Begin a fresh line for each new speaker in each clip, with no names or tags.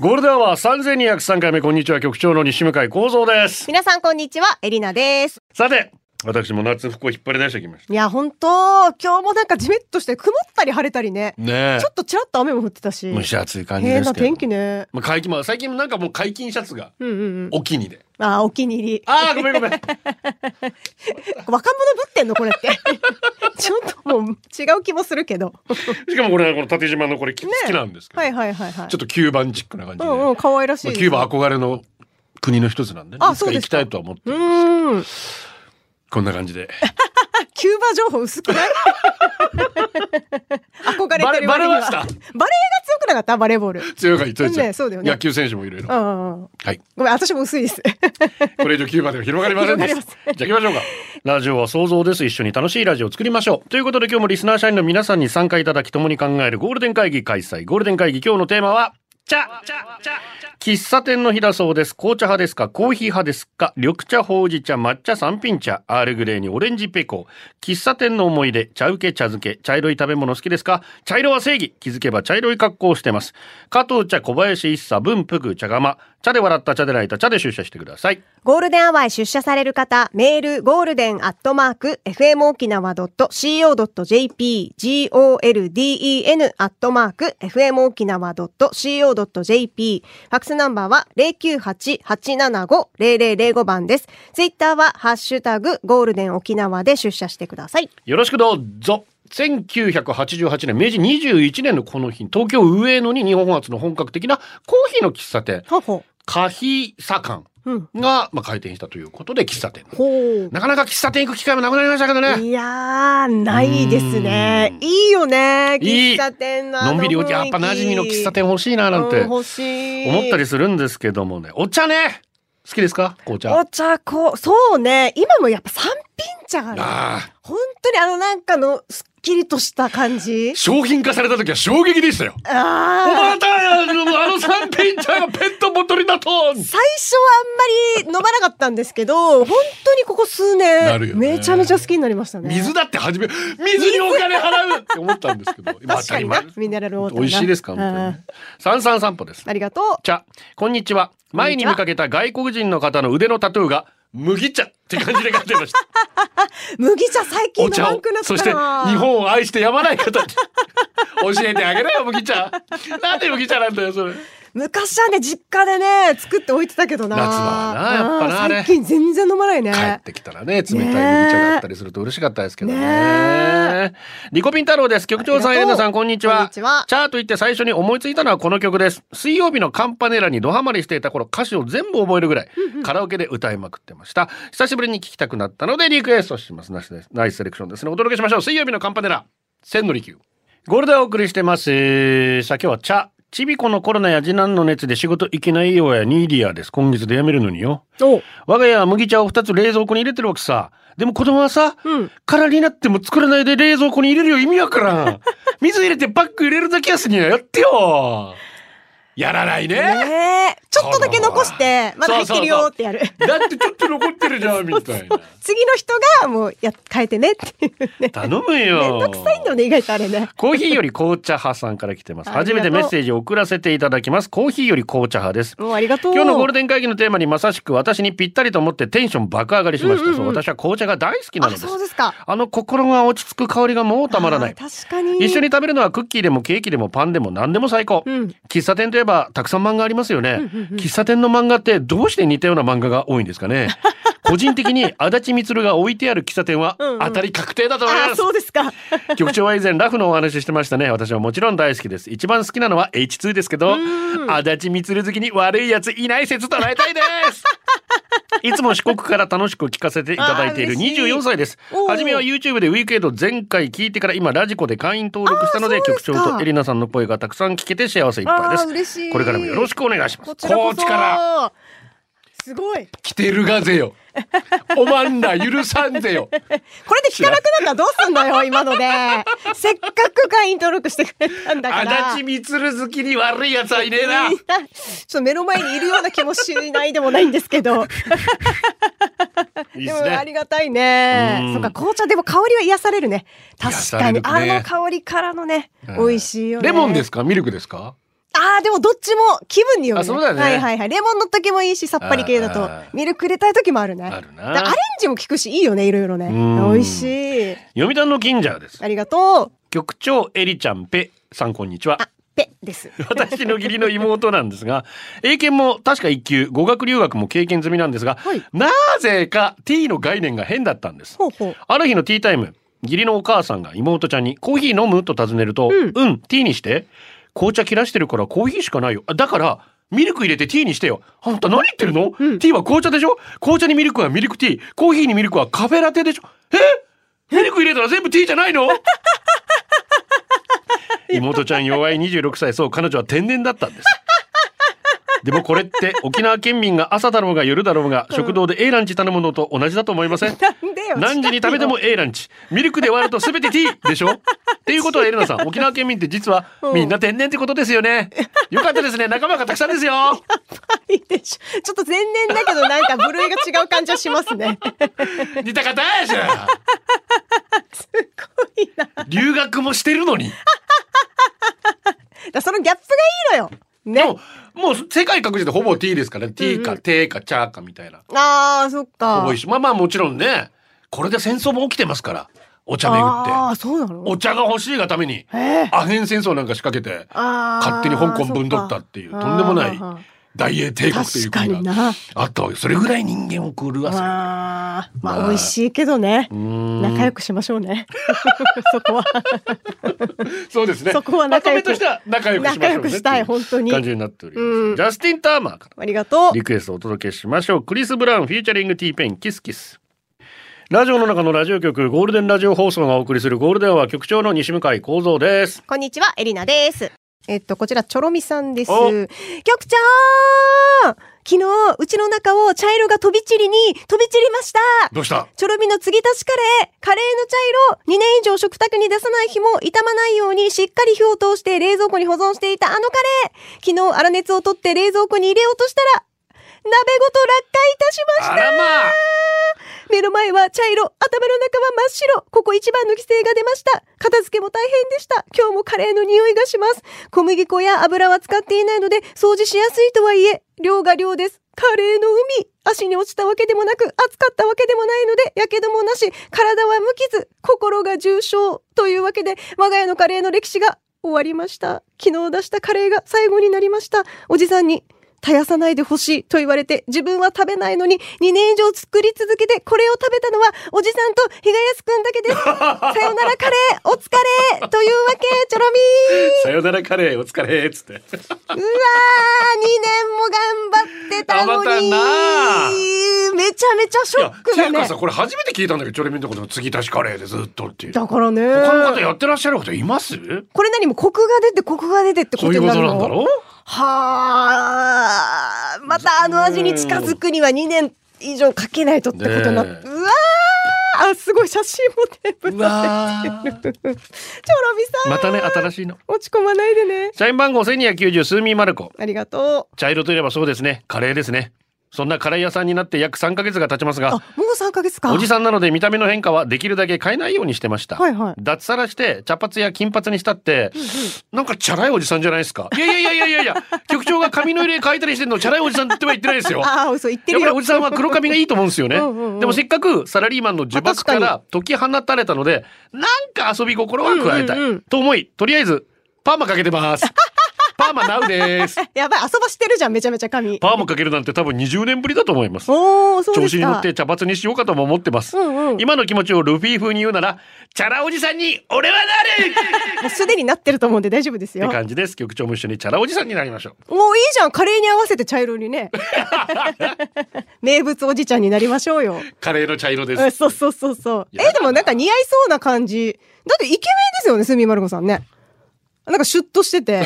ゴールデンは三千二百三回目こんにちは局長の西向井光三です。
皆さんこんにちは、エリナです。
さて私も夏服を引っ張り出してきまし
いや、本当今日もなんかジメッとして曇ったり晴れたりね
た。。ね
ちょっとちらっと雨も降ってたし。
え蒸し暑い感じ
変
です
な
けど。
天気ね。
まあ解禁まあ最近なんかもう解禁シャツが
うんうん
お気にで。
うん。あー、お気に入り。
ああごめんごめん。
若者ぶってんのこれって。ちょっともう違う気もするけど。
しかもこれこの縦縞のこれき好
ね
きなんですけど。
はいはいはいはい。
ちょっとキューバンチックな感じで。
うんうん、可愛らしい
まあ
です。
キューバ憧れの国の一つなんで、ね。
あ
いつか
そうで
行
す
き
か
たいとは思って。
うーん。
こんな感じで。
キューバ情報薄く ない憧れてる割に
バレバ
は
レました
バレーが強くなかったバレーボール。
強いから強い強い
ねそうだよね
野球選手もいろいろ
う。んうんうん。
はい。
ごめん、私も薄いです。
これ以上キューバでは広がりませんでした。
広
じゃあ行きましょうか。ラジオは想像です。一緒に楽しいラジオを作りましょう。ということで今日もリスナー社員の皆さんに参加いただき共に考えるゴールデン会議開催。ゴールデン会議今日のテーマは、茶喫茶店の日だそうです。紅茶派ですかコーヒー派ですか緑茶、ほうじ茶、抹茶、三品茶、アールグレーにオレンジペコ。喫茶店の思い出、茶受け、茶漬け、茶色い食べ物好きですか茶色は正義。気づけば茶色い格好をしてます。加藤茶、小林一茶、文福、茶釜。茶で笑った、茶で泣いた、茶で出社してください。
ゴールデンアワーへ出社される方、メール、ゴールデンアットマーク、fmokinawa.co.jp、golden アットマーク、fmokinawa.co.jp、ファックスナンバーは098-875-0005番です。ツイッターは、ハッシュタグ、ゴールデン沖縄で出社してください。
よろしくどうぞ。1988年、明治21年のこの日、東京上野に日本初の本格的なコーヒーの喫茶店、
ほほ。
カヒサカン
うん。
が、まあ、開店したということで喫茶店。
ほ
なかなか喫茶店行く機会もなくなりましたけどね。
いやー、ないですね
う。ん
いいよね。
いい
喫茶店のあ
のんびりお
雰囲
き、
気
やっぱ馴染みの喫茶店欲しいななん
う
て
ん欲しい。
思ったりするんですけどもね。お茶ね好きですか紅茶。
お
あ
茶こそうね今もやっぱ三品茶がね
あ
本当にあのなんかのすっきりとした感じ
ー、商品化された時は衝撃でしたよ。
あ
ま
あ
たあの三品茶がペットボトルだと
最初はあんまり飲まなかったんですけど本当にここ数
なるよ
年
ね
めちゃめちゃ好きになりましたね
水だって初め、水にお金払うって思ったんですけど、今
確
当た
か
り
に
前
な。ミネラルウォーター
美味しいですか
う
本当に
ん
ね。三三散歩です。
ありがと
茶、こんにちは。前に見かけた外国人の方の腕のタトゥーが麦茶って感じで書いて ました。
う麦茶最近
お
飲ま
茶
な
を
くなった
そ
な
して日本を愛してやまない方って教えてあげろよ麦茶なんで麦茶なんだよそれ
昔はね実家でね作って置いてたけどな
夏場はなやっぱなあ
うん
れ
最近全然飲まないね
帰ってきたらね冷たい麦茶があったりすると嬉しかったですけどね
ね
リコピン太郎です局長さん
あ
エ
り
レ
がとう
ナさんこんにちは
こんにちは
チャーと言って最初に思いついたのはこの曲です水曜日のカンパネラにドハマりしていた頃歌詞を全部覚えるぐらいカラオケで歌いまくってました久しぶりに聴きたくなったのでリクエストしますナイスですナイスセレクションですねお届けしましょう水曜日のカンパネラ千利休ゴールデンをお送りしてます。さあ今日は茶。ちびこのコロナや次男の熱で仕事行けないようやニーディアです。今月で辞めるのによ。
お
我が家は麦茶を2つ冷蔵庫に入れてるわけさ。でも子供はさ、
うん
空になっても作らないで冷蔵庫に入れるよ意味わから ん。水入れてバッグ入れるだけやすにはやってよ。やらないね。
ねえちょっとだけ残してまだ入ってるよってやる
だってちょっと残ってるじゃん、みた いな。
次の人がもうや変えてねっていうね
頼む
め
よ。
んどくさいんだよね意外とあれね
コーヒーより紅茶派さんから来てます。
あり
初
が
め
と
て
う
メッセージを送らせていただきます。コーヒーより紅茶派です。
もうありがとう
今日のゴール
デ
デン会議のテーマにまさしく私にぴったりと思ってテンション爆上がりしました。
うんうんうん
そう私は紅茶が大好きなの
あ
です
そう。ですか
あの心が落ち着く香りがもうたまらない
あ。ー確かに
一緒に食べるのはクッキーでもケーキでもパンでも何でも最高。
うん
喫茶店といえばたくさん漫画ありますよね、
うんうんうん
喫茶店の漫画ってどうして似たような漫画が多いんですか ね個人的に足立みつるが置いてある喫茶店は
うんうん
当たり確定だと思います、
あーそうですか
局長は以前ラフのお話ししてましたね私はもちろん大好きです一番好きなのは H2 ですけど
うん
足立みつる好きに悪いやついない説唱えたいですいつも四国から楽しく聞かせていただいている
あー嬉しい
24歳です
おー
初めは YouTube でウィークエイド全回聞いてから今ラジコで会員登録したので
あーそう
局
ですか
長とエリナさんの声がたくさん聞けて幸せいっぱいです
あー嬉しい
これからもよろしくお願いします
こちらこそ
高知から
すごい。
来てるがぜよ。おまんら許さんぜよ。
これで聞かなくなったらどうす んのよ、今ので。せっかく会員登録してくれたんだ か
足
ら。
立
ち
みつる好きに悪いやつはいねえ な。
ょっと目の前にいるような気もしないでもないんですけど。
いい
で
で
も
す
あ
ね。
りがたいね
うん。
そっか、紅茶でも香りは癒されるね。確かに、
癒されるね
あの香りからのね、
うん
美味しいよね。
レモンですかミルクですか
ああ、でもどっちも気分による、
あそうだよね
はいはいはい。レモンの時もいいし、さっぱり系だ
あ
と
ー。
ミルク入れたい時もあるね。
あるな
だからアレンジも効くし、いいよね、いろいろね。
ん
美味しい。
読谷の近所です。
ありがとう。
局長エリちゃんペさんこんにちは。
ペです。
私の義理の妹なんです が、英検も確か1級、語学留学も経験済みなんですが、
はい
なぜか T の概念が変だったんです。
ほうほう。
ある日のティータイム、義理のお母さんが妹ちゃんにコーヒー飲むと尋ねると、
うん
うん、ティーにして。紅茶切らしてるからコーヒーしかないよ。あだから、ミルク入れてティーにしてよ。あんた何言ってるの、
うん
ティーは紅茶でしょ紅茶にミルクはミルクティー。コーヒーにミルクはカフェラテでしょえミルク入れたら全部ティーじゃない の妹ちゃん弱い26歳、そう、彼女は天然だったんです。でもこれって沖縄県民が朝だろうが夜だろうが食堂で A ランチ頼むのと同じだと思いま せん
なんでよ。
何時に食べても
近
A ランチミルクで割ると全て T でしょっていうことはエレナ さん沖縄県民って実は
うん
みんな天然ってことですよねよかったですね仲間がたくさん ですよ
いよいいでしょ。ちょっと前年だけど、なんか部類が違う感じはしますね。
似た方やじゃん。
すごいな。だか
留学もしてるのに
らそのギャップがいいのよ。ね。
でも、もう世界各地でほぼ T ですからね。T か、T か、チャーかみたいな。
ああ、そっか。
ほぼ一緒。まあまあもちろんね、これで戦争も起きてますから。お茶巡
あ
っ
あ、
て。
そうなの
お茶が欲しいがために、
ええ
アヘン戦争なんか仕掛けて、
あー
勝手に香港分取ったっていう
そ
とんでもない
あー
大英帝国という
確か
国
に
が
な。
あったわけ。それぐらい人間を狂わせる。
あー
まあ
まあ美味しいけどね。
ん
仲良くしましょ うね。そこは。
そうですね。
そこは仲良く
まとめとしては仲良くしましょうね
仲良くしたい本当に
感じになっております、
うん
ジャスティン・ターマーから
ありがとう
リ。クエストをお届けしましょうクリス・ブラウンフィーチャリング T ペインキスキスラジオの中のラジオ局ゴールデンラジオ放送がお送りするゴールデンは局長の西向井光三です
こんにちは、エリナです。えっと、こちら、チョロミさんです。
お
局長昨日、うちの中を茶色が飛び散りに飛び散りました
どうした
チョロミの継ぎ足しカレー、カレーの茶色、2年以上食卓に出さない日も傷まないようにしっかり火を通して冷蔵庫に保存していたあのカレー、昨日粗熱を取って冷蔵庫に入れようとしたら、鍋ごと落下いたしました
あらまあ
目の前は茶色、頭の中は真っ白。ここ一番の規制が出ました。片付けも大変でした。今日もカレーの匂いがします。小麦粉や油は使っていないので、掃除しやすいとはいえ、量が量です。カレーの海。足に落ちたわけでもなく、熱かったわけでもないので、やけどもなし、体は無傷、心が重傷。というわけで、我が家のカレーの歴史が終わりました。昨日出したカレーが最後になりました。おじさんに、絶やさないでほしいと言われて自分は食べないのに2年以上作り続けてこれを食べたのはおじさんと日賀安くんだ けです。さよならカレーお疲れというわけチョロミ
さよならカレーお疲れっつって。
ーうわー !2 年も頑張ってたの
頑
にめちゃめちゃシ
い
ョ
や、
ック
てい
だ
う
ね
かさ、。これ初めて聞いたんだけど、チョレミンのことの継ぎ足しカレーでずっとっていう。
だからね
他の方やってらっしゃる方います
これ何もコクが出てコクが出てってこ
そ
と
ういう
に
こ
な
と
る
なんだ
の
ろ
はあまたあの味に近づくには2年以上かけないとってことになっ
ねえ
うわーあすごい写真もテープになってるチョロミさん、
またね新しいの
落ち込まないでね
社員番号1290スーミーマルコ
ありがとう
茶色といえばそうですねカレーですねそんなカレー屋さんになって約3ヶ月が経ちます
あ
が
もう3ヶ月か
おじさんなので見た目の変化はできるだけ変えないようにしてました、
はいはい
脱サラして茶髪や金髪にしたって、なんかチャラいおじさんじゃないですかいやいやいやいやいや局長が髪の色変えたりしてんのチャラいおじさんっては言ってないですよ
ああ嘘言って
やっ
る
ぱり
よ
おじさんは黒髪がいいと思うんですよね
うんうんうん
でもせっかくサラリーマンの呪縛か
まあ
ら解き放たれたのでなんか遊び心は加えたい、
うんうんうん
と思いとりあえずパーマかけてます パーマナウです
やばい遊ばしてるじゃんめちゃめちゃ髪
パーマかけるなんて多分20年ぶりだと思います
おおそう
調
で
子
す
に乗っ
か
て茶髪にしようかとも思ってます、
うんうん
今の気持ちをルフィ風に言うならチャラおじさんに俺はなる
もうすでになってると思うんで大丈夫です
って
よ
感じです局長も一緒にチャラおじさんになりましょう
もういいじゃんカレーに合わせて茶色 にね名物おじちゃんになりましょうよ
うカレーの茶色で
うん
す。
そうそうそうそう。
やだな
え、でもなんか似合いそうな感じ。だってイケメンですよね、スミマルコさんね。なんかシュッとし てて。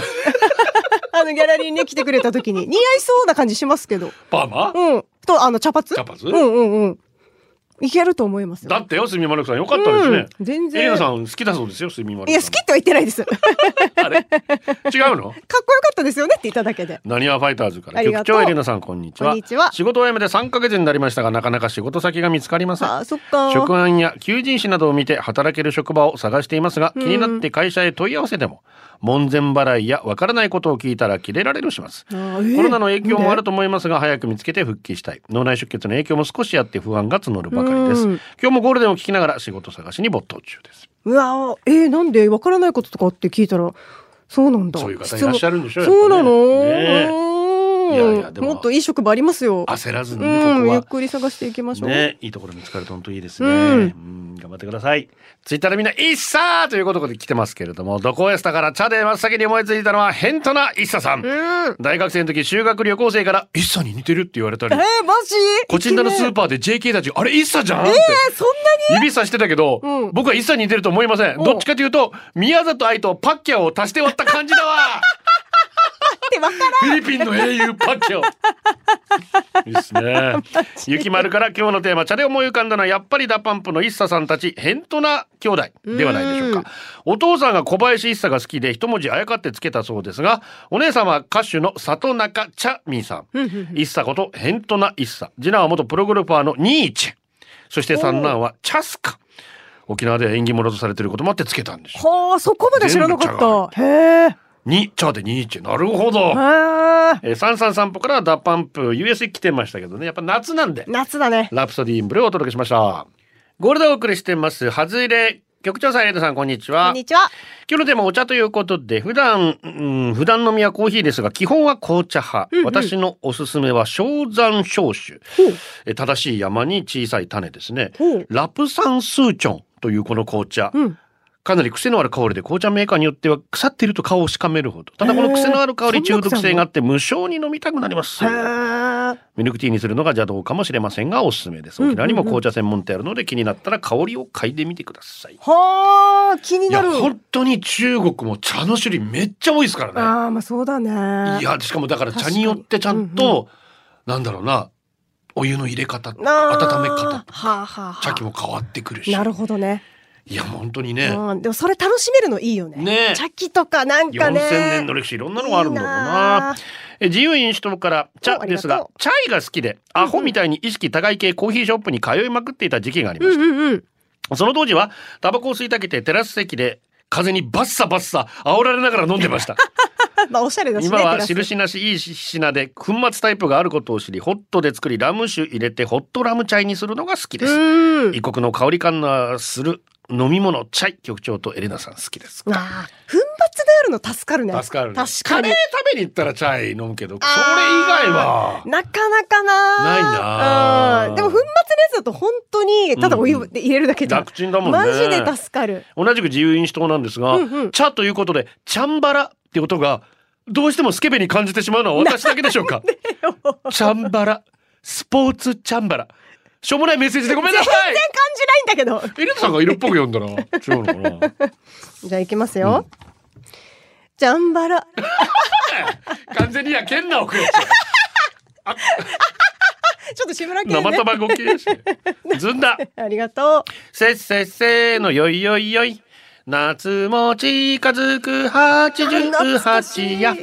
あのギャラリーにね来てくれた時に似合いそうな感じしますけど。
パーマ
うん。とあの茶髪
茶髪
うんうんうんいけると思いますよ
だってよ、すみまるくさん、よかったですね。
うん全然
エリナさん、好きだそうですよ、すみまる
いや好きとは言ってないです かっこ
あれ違うの
よかったですよねって言っただけで
なにわファイターズか
あ
ら
りが
局
とう
長エリナさんこんにちは
こんにちは
仕事を辞めて3ヶ月になりましたがなかなか仕事先が見つかりません
あーそっか
職安や求人誌などを見て働ける職場を探していますが気になって会社へ問い合わせても門前払いやわからないことを聞いたら切れられるします
あ
コ
ーえー
ロナの影響もあると思いますが早く見つけて復帰したい脳内出血の影響も少しあって不安が募るばかりです
うん
今日もゴールデンを聞きながら仕事探しに没頭中です
うわーえー、なんでわからないこととかって聞いたらそうなんだ
そういう方いらっしゃるんでしょ
質問そうな
やっぱ
の、
ね
うーん
いやいやでも
もっといい職場ありますよ
焦らずにねこ
うん
こは
ゆっくり探していきましょう、
ね、いいところ見つかると本当いいですね。
う
うんん、頑張ってください。ツイッターでみんな、いっさーということで来てますけれども、どこエスタから茶で真っ先に思いついたのは、ヘントないっささん。
うん
大学生の時、修学旅行生から、いっさに似てるって言われたり
えー、、マジ
こちんだのスーパ
パ
ーで JK たち、あれ、いっさじゃんって。
ーそんな
指さしてたけど、
うん
僕は一切似てると思いません。
ん
どっちかというと、宮里愛とパッキャオを足して割った感じだわ
ってわからん
フィリピンの英雄パッキャオ。いいですね。ゆきまるから今日のテーマ、茶で思い浮かんだのは、やっぱりダパンプの一茶さんたち、ヘントな兄弟ではないでしょう
うん
か。お父さんが小林一茶が好きで、一文字あやかってつけたそうですが、お姉さんは歌手の里中茶美さん。一茶こと、ヘントな一茶。次男は元プロゴルファーのニーチェ。そして三男はチャスカ。沖縄では縁起物とされていることもあってつけたんでしょ
はあそこまで知ら
全
な
部茶が
かったへえ
う。に、茶でニーチェ。なるほど。
へえ
えー、三三散歩からダパンプ US 来てましたけどねやっぱ夏なんで
夏だね
ラプソディーインブルーをお届けしましたゴールドをお送りしてますハズレ局長さんエイトさんこんにちは
こんにちは
今日のテーマお茶ということで普段、うん、普段飲みはコーヒーですが基本は紅茶派、私のおすすめは正山小種え正しい山に小さい種ですね
ほう
ラプサンスーチョンというこの紅茶、かなり癖のある香りで紅茶メーカーによっては腐っていると顔をしかめるほどただこの癖のある香
へ
り
ーそん
中
な癖あんの
毒性があって無性に飲みたくなります
へえ
ミルクティーにするのが邪道かもしれませんがおすすめです沖縄にも紅茶専門店あるので気になったら香りを嗅いでみてください、
はあ気に
い
な
や
る
本当に中国も茶の種類めっちゃ多いですからね。
ああまあそうだね
いやしかもだから茶によってちゃんと、なんだろうなお湯の入れ方温め
あ
方
ーはあはあはあ
茶器も変わってくるし。
なるほどね
いや本当にね。
うん、でもそれ楽しめるのいいよね
ねえ
茶器とかなんか
4000
ね
年の歴史いろんなのがあるんだろう
いいな
な
あ
え自由民主党から
お
茶
あり
で
がと
す
う
がチャイが好きでアホみたいに意識高い系コーヒーショップに通いまくっていた時期がありました、
うんうん
その当時はタバコを吸いたけてテラス席で風にバッサバッサ煽られながら飲んでま した
あまあおしゃれだしね
今
テ
は
ラス
印なしいい品で粉末タイプがあることを知りホットで作りラム酒入れてホットラムチャイにするのが好きです、
うん
一国の香り感のする飲み物チャイ局長とエレナさん好きですか
ああ粉末であるの助かるね
助かるね
確
カ
か
レ
に
ー食べに行ったらチャイ飲むけどそれ以外は
なかなかな
ないなあ
うんでも粉末のやつだと本当にただお湯で入れるだけじゃん、
楽ちんだもんね
マジで助かる
同じく自由民主党なんですが、
うんうん
茶ということでチャンバラって音がどうしてもスケベに感じてしまうのは私だけでしょう かチャンバラスポーツチャンバラしょうもないメッセージでごめんなさい
感じないんだけ
エリナさんが色っぽく読んだな。違うのかな。
どじゃあいきますよ、ジャンバラ
完全にやけんなおくよ。
ちょっと志村けん
生
ね
卵系やしずんだ
ありがとう
せっせっせーのよいよいよい夏も近づく八十八や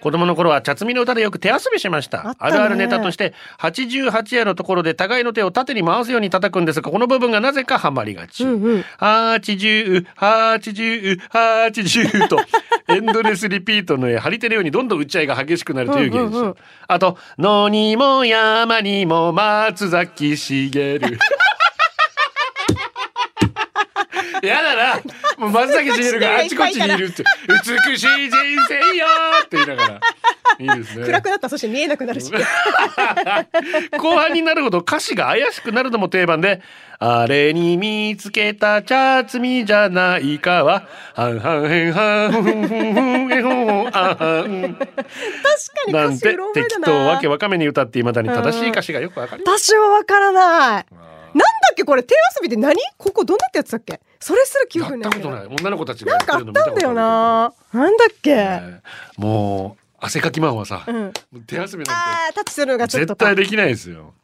子供の頃は茶摘みの歌でよく手遊びしました
あったね
あるあるネタとして八十八夜のところで互いの手を縦に回すように叩くんですがこの部分がなぜかハマりがち
うんうん
八十八十八十と エンドレスリピートの絵張り手のようにどんどん打ち合いが激しくなるという現象、
うんうんうん
あと「野にも山にも松崎しげる」やだなもう松崎しげるがあちこちにいるって「美しい人生よ」って言いながら。いいですね
暗くなったらそして見えなくなる し
後半になるほど歌詞が怪しくなるのも定番で「あれに見つけた茶摘みじゃないかは」「はんはんへんはんふんふんふんえほんほんあんはん」
確か
な
に
ん
歌詞
て
うろ覚え
適
だな
当わけわかめに歌っていまだに正しい歌詞がよくわかりま
私はわからないなんだっけこれ手遊びで何ここどんなってやつだっけそれする記
や
憶
ったことない。女の子たちがや
なん
って
かあ
る
っ
の見
たんだよななんだっけ、
たことあるけど。ねもう汗かきマンはさ
う、ん
もう手遊びなん
あータッチするのがちょっ
て
と
絶
か
対できないですよ。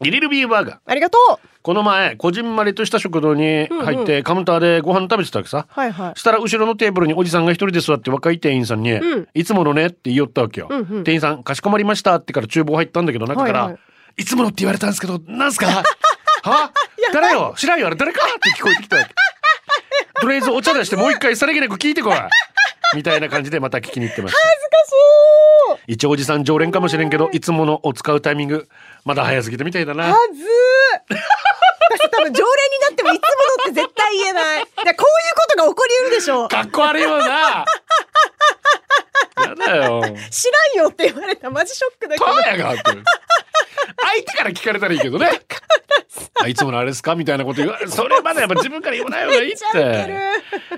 ギリルビーバーガー
ありがとう
この前こじんまりとした食堂に入っ
うん
てカウンターでご飯食べてたわけさ、
はいはい
したら後ろのテーブルにおじさんが一人で座って若い店員さんに「
うん
いつものね」って言いよったわけよ、
うんうん
店員さん「かしこまりました」ってから厨房入ったんだけど中から「
はい
い
は
つもの」って言われたんですけどなんす かは誰よ知らんよあれ誰かって聞こえてきたわけ とりあえずお茶出してもう一回さりげなく聞いてこいみたいな感じでまた聞きに行ってました
そう
一応おじさん常連かもしれんけどいつものを使うタイミングまだ早すぎたみたいだな
はずー私多分常連になってもいつものって絶対言えないでこういうことが起こりうるでしょう
かっこ悪いよなやだよ
知らんよって言われたマジショックだけ
パ
ど
ーやがって相手から聞かれたらいいけ どねあいつものあれですかみたいなこと言わそれまだやっぱ自分から言わない方がいいっ
ちゃって
て
る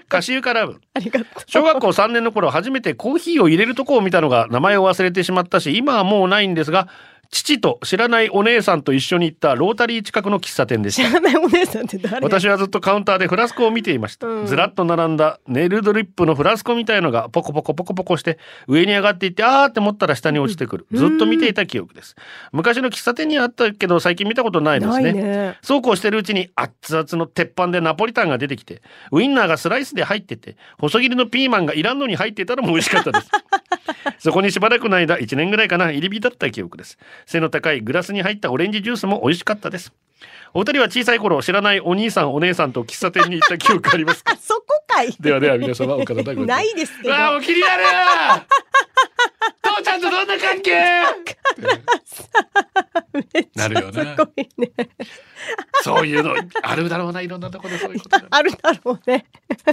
歌手からぶ
ありがとう
小学校3年の頃初めてコーヒーを入れるとこを見たのが名前を忘れてしまったし今はもうないんですが父と知らないお姉さんと一緒に行ったロータリー近くの喫茶店でした
知らないお姉さんって誰
私はずっとカウンターでフラスコを見ていました、
うん
ずらっと並んだネイルドリップのフラスコみたいのがポコポコポコポコして上に上がっていってあーって思ったら下に落ちてくる、
うん
ずっと見ていた記憶です昔の喫茶店にはあったけど最近見たことないです
ない
ね
ね
そうこうしてるうちに熱々の鉄板でナポリタンが出てきてウインナーがスライスで入ってて細切りのピーマンがいらんのに入っていたのも美味しかったです そこにしばらくの間1年ぐらいかな入り浸った記憶です背の高いグラスに入ったオレンジジュースも美味しかったですお二人は小さい頃知らないお兄さんお姉さんと喫茶店に行った記憶ありますか
そこかい
ではでは皆様お体ご自愛
ないですけ
う
ど
わあもう気になる父ちゃんとどんな関係
なるよ ね
す。ごいね
そういうのあるだろうないろんなところでそういうことが
あるだろうね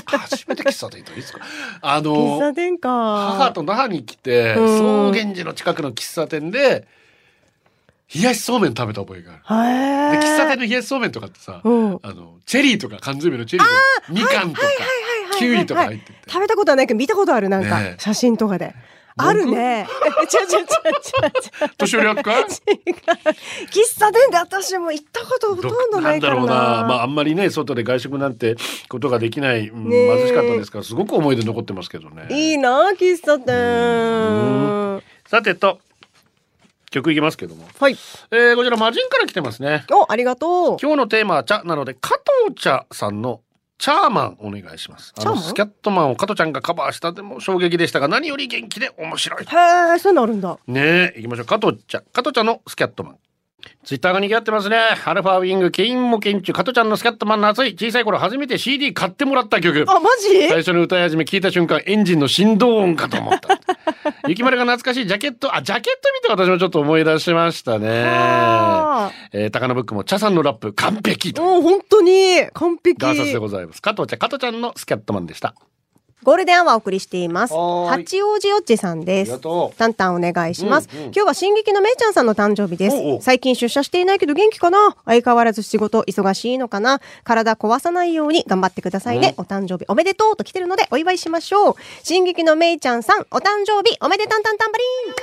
初めて喫茶店行ったのいつ か。あの
喫茶店か
母と那覇に来て
うん
草原寺の近くの喫茶店で冷やしそうめん食べた覚えがある。
へ
で
え
喫茶店の冷やしそうめんとかってさ、
うんはい
あのチェリーとか缶詰のチェリーとかみかんとか
はいはいはい
キュウリとか入ってて、
食べたことはないけど見たことあるなんか、
ねえ
写真とかであるね えちょちょちょちょちょ
年寄り役か
違う喫茶店で私も行ったことほとんどないから
ど
な
なんだろうな、まあ、あんまりね外で外食なんてことができない、うん
ねえ
貧しかったですからすごく思い出残ってますけどね
いいな喫茶店
さてと曲いきますけども、
はい
えーこちら魔人から来てますね
おありがとう
今日のテーマは茶なので加藤茶さんのチャーマンお願いしますあ
チャ
の
ーマン
スキャットマンを加藤ちゃんがカバーしたでも衝撃でしたが何より元気で面白い
へえそういうのあるんだ
ねえ、行きましょう。加藤ちゃん。加藤ちゃんのスキャットマン。ツイッターが賑わってますね。アルファウィング、ケインもケンチュ、加藤ちゃんのスキャットマンの熱い。小さい頃初めて CD 買ってもらった曲。
あマジ
最初の歌い始め聞いた瞬間、エンジンの振動音かと思った。雪丸が懐かしいジャケット、あ、ジャケット見て私もちょっと思い出しましたね。
あ
えー、高野ブックも、茶さんのラップ完璧
ー
と。
もう本当に完璧
ガーサスでございます。加藤ちゃん、加藤ちゃんのスキャットマンでした。
ゴールデンアワーお送りしています
はーい
八王子よっちさん
あ
で
りが
す
とう。
タンタンお願いします、
うんうん
今日は進撃のめいちゃんさんの誕生日です
おうおう
最近出社していないけど元気かな相変わらず仕事忙しいのかな体壊さないように頑張ってくださいね、お誕生日おめでとうと来てるのでお祝いしましょう進撃のめいちゃんさんお誕生日おめでたんたんたんばりん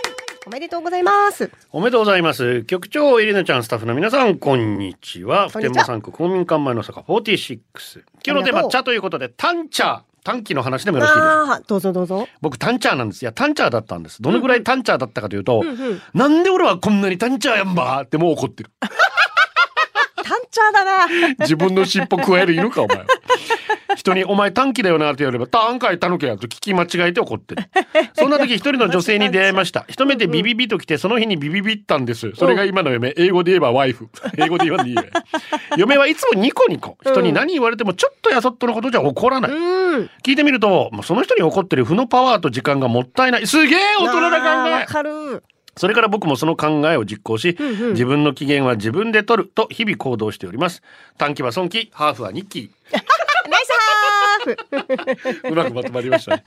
おめでとうございます
おめでとうございます。局長、エリナちゃん、スタッフの皆さん、こんにちは。
こ
普
んに
天
ちは
間産区公民館前の坂46。今日のテー
ありがと
マ、
う
茶ということで、タンチャー。短期の話でもよろしいですか。
ああどうぞどうぞ
僕、タンチャーなんです。いや、タンチャーだったんです。どのぐらいタンチャーだったかというと、
うんうん
なんで俺はこんなにタンチャーやんばーってもう怒ってる。
タンチャーだな
自分の尻尾加える犬か、お前は。人に「お前短期だよな」って言われば「短回たぬけや」と聞き間違えて怒ってるそんな時一人の女性に出会いました一目でビビビと来てその日にビビビったんですそれが今の嫁英語で言えばワイフ英語で言わんでいいよ嫁はいつもニコニコ人に何言われてもちょっとやそっとのことじゃ怒らない
うん
聞いてみるともうその人に怒ってる負のパワーと時間がもったいないすげえ大人
あー
な
わ
考え
かる
それから僕もその考えを実行し、
うんうん
自分の機嫌は自分で取ると日々行動しております短期は損期ハーフは日期
ナイスハーフ
うまくまとまりました、 ね、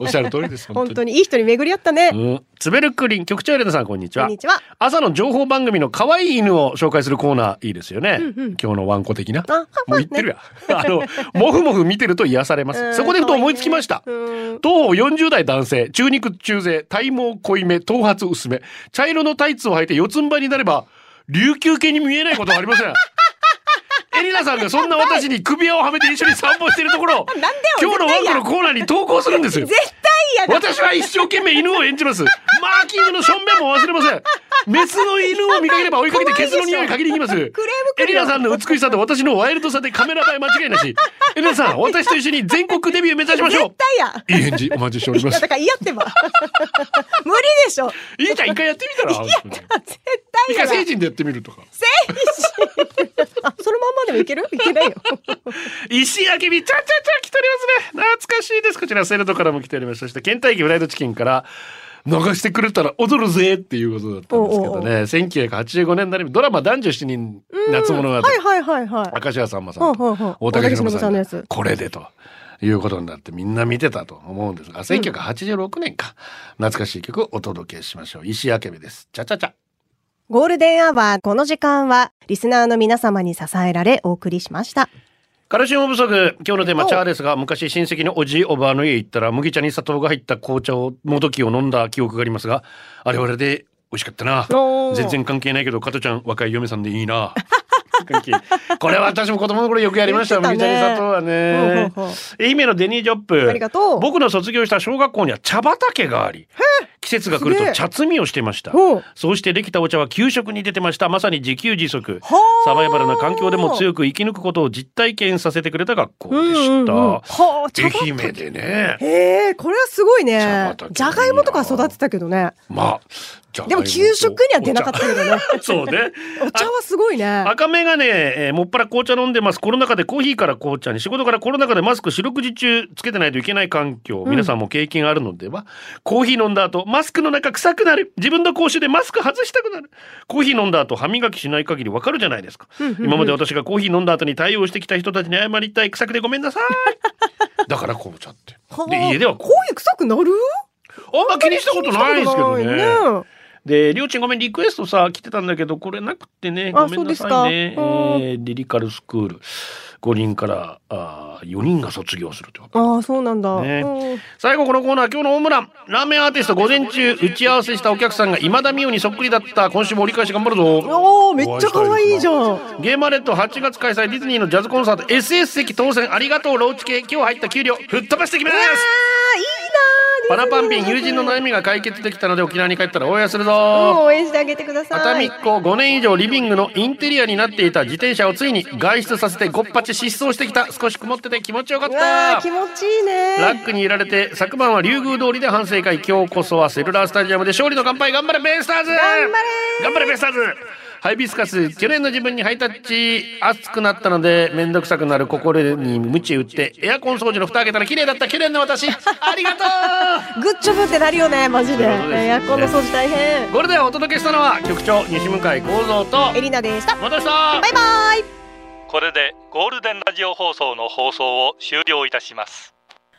おっしゃる通りです
本当にいい人に巡り合ったね、
うん、つべるくりん局長エレナさんこんにち
こん
は
にちは
朝の情報番組の可愛い犬を紹介するコーナーいいですよね、
うんうん
今日のワンコ的な
あは
もう言ってるや、あのもふもふ見てると癒されま
うん
すそこでふと思いつきました、
うん
東方40代男性中肉中背体毛濃いめ頭髪薄め茶色のタイツを履いて四つん這いになれば琉球系に見えないことはありませんエリナさんがそんな私に首輪をはめて一緒に散歩しているところを
なんでよ
今日のワンコのコーナーに投稿するんですよ
絶対嫌だ
私は一生懸命犬を演じますマーキングのしょんべんも忘れませんメスの犬を見かければ追いかけてケツの匂い嗅ぎに行きます。
クレーム
エリナさんの美しさと私のワイルドさでカメラ映え間違いなし。エリナさん、私と一緒に全国デビュー目指しましょう
絶。対や。
いい返事お待ちしており
い
ま
や
す
だ。から嫌っ てば無理でしょ
いいじゃん、一回やってみたら。
絶
一
対
回
や
成人でやってみるとか。
あそのまんまでもいけるい けないよ
石焼きびちゃちゃちゃ来ておりますね。懐かしいです。こちらセルドからも来ております。そして倦怠期フライドチキンから。流してくれたら踊るぜっていうことだったんですけどね。1985年になりドラマ男女7人夏物語。
はいはいはいはい
明石家さんまさ
ほうんほうほう
と大竹しのぶさんが
大竹しのぶさんのやつ
これでということになってみんな見てたと思うんですが1986年か懐かしい曲をお届けしましょう石あけびですちゃちゃちゃ
ゴールデンアワーこの時間はリスナーの皆様に支えられお送りしました
カルシウム不足今日のテーマ
お
チャーですが昔親戚のおじいおばあの家行ったら麦茶に砂糖が入った紅茶をもどきを飲んだ記憶がありますがあれはあれで美味しかったな
おー
全然関係ないけど加トちゃん若い嫁さんでいいな関係 これは私も子供の頃よくやりました
言って
麦
た
茶
ね
に砂糖はね
ほうほうほ
愛媛のデニージョップ
ありがとう
僕の卒業した小学校には茶畑があり季節が来る
すげ
と
え
茶摘みをしてました
ほう
そうしてできたお茶は給食に出てましたまさに自給自足
ほう
サバイバルな環境でも強く生き抜くことを実体験させてくれた学校で
うんう
し
んうん
た、
はあ茶畑
愛媛でね
へえこれはすごい
茶
ね
畑
じゃがいもとか育てたけどね
まあじゃがい
で
と
も給食には出なかったけどね
お茶そうね
お茶はすごいね
赤眼鏡、えーもっぱら紅茶飲んでますコロナ禍でコーヒーから紅茶に仕事からコロナ禍でマスク四六時中つけてないといけない環境皆さんも経験あるのでは、コーヒー飲んだ後マスクの中臭くなる自分の口臭でマスク外したくなるコーヒー飲んだ後歯磨きしない限りわかるじゃないですか、今まで私がコーヒー飲んだ後に対応してきた人たちに謝りたい臭くてごめんなさい
だから紅茶って。
はあ
で家では
こういう臭くなる
あんま気にしたことないですけど
気にし
ね
たことないね
で、りょうちんごめん、リクエストさ、来てたんだけど、これなくってね、
あ
ごめんなさいね。え
そうですかうん
ーリリカルスクール。5人からあ4人が卒業するってこと。
ああそうなんだ、
ね
うん
最後このコーナー、今日のホームラン。ラーメンアーティスト午前中、打ち合わせしたお客さんが今田美桜にそっくりだった。今週も折り返し頑張るぞ。
おーめっちゃ可愛いじゃん
ゲーマーレッド8月開催ディズニーのジャズコンサート SS 席当選ありがとうローチ系今日入った給料吹っ飛ばしてきますパ
あーいいなー
ラパンピン友人の悩みが解決できたので沖縄に帰ったら応援するぞ
もう応援してあげてください
熱海っ子5年以上リビングのインテリアになっていた自転車をついに外出させてごっぱち失踪してきた少し曇ってて気持ちよかっ
うわ
た
ー気持ちいいね
ラックにいられて昨晩は竜宮通りで反省会今日こそはセルラースタジアムで勝利の乾杯頑張れベイスターズ頑
張れ
頑張れベイスターズハイビスカス去年の自分にハイタッチ暑くなったので面倒くさくなる心に鞭打ってエアコン掃除の蓋開けたら綺麗だった去年の私ありがとう
グッジョブってなるよねマジで
そうですね
エアコンの掃除大変
これでお届けしたのは局長西向井光三と
エリナでした
またした
バイバイ
これでゴールデンラジオ放送の放送を終了いたします